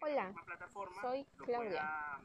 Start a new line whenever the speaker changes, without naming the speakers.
Hola,
plataforma
soy
lo
Claudia.
pueda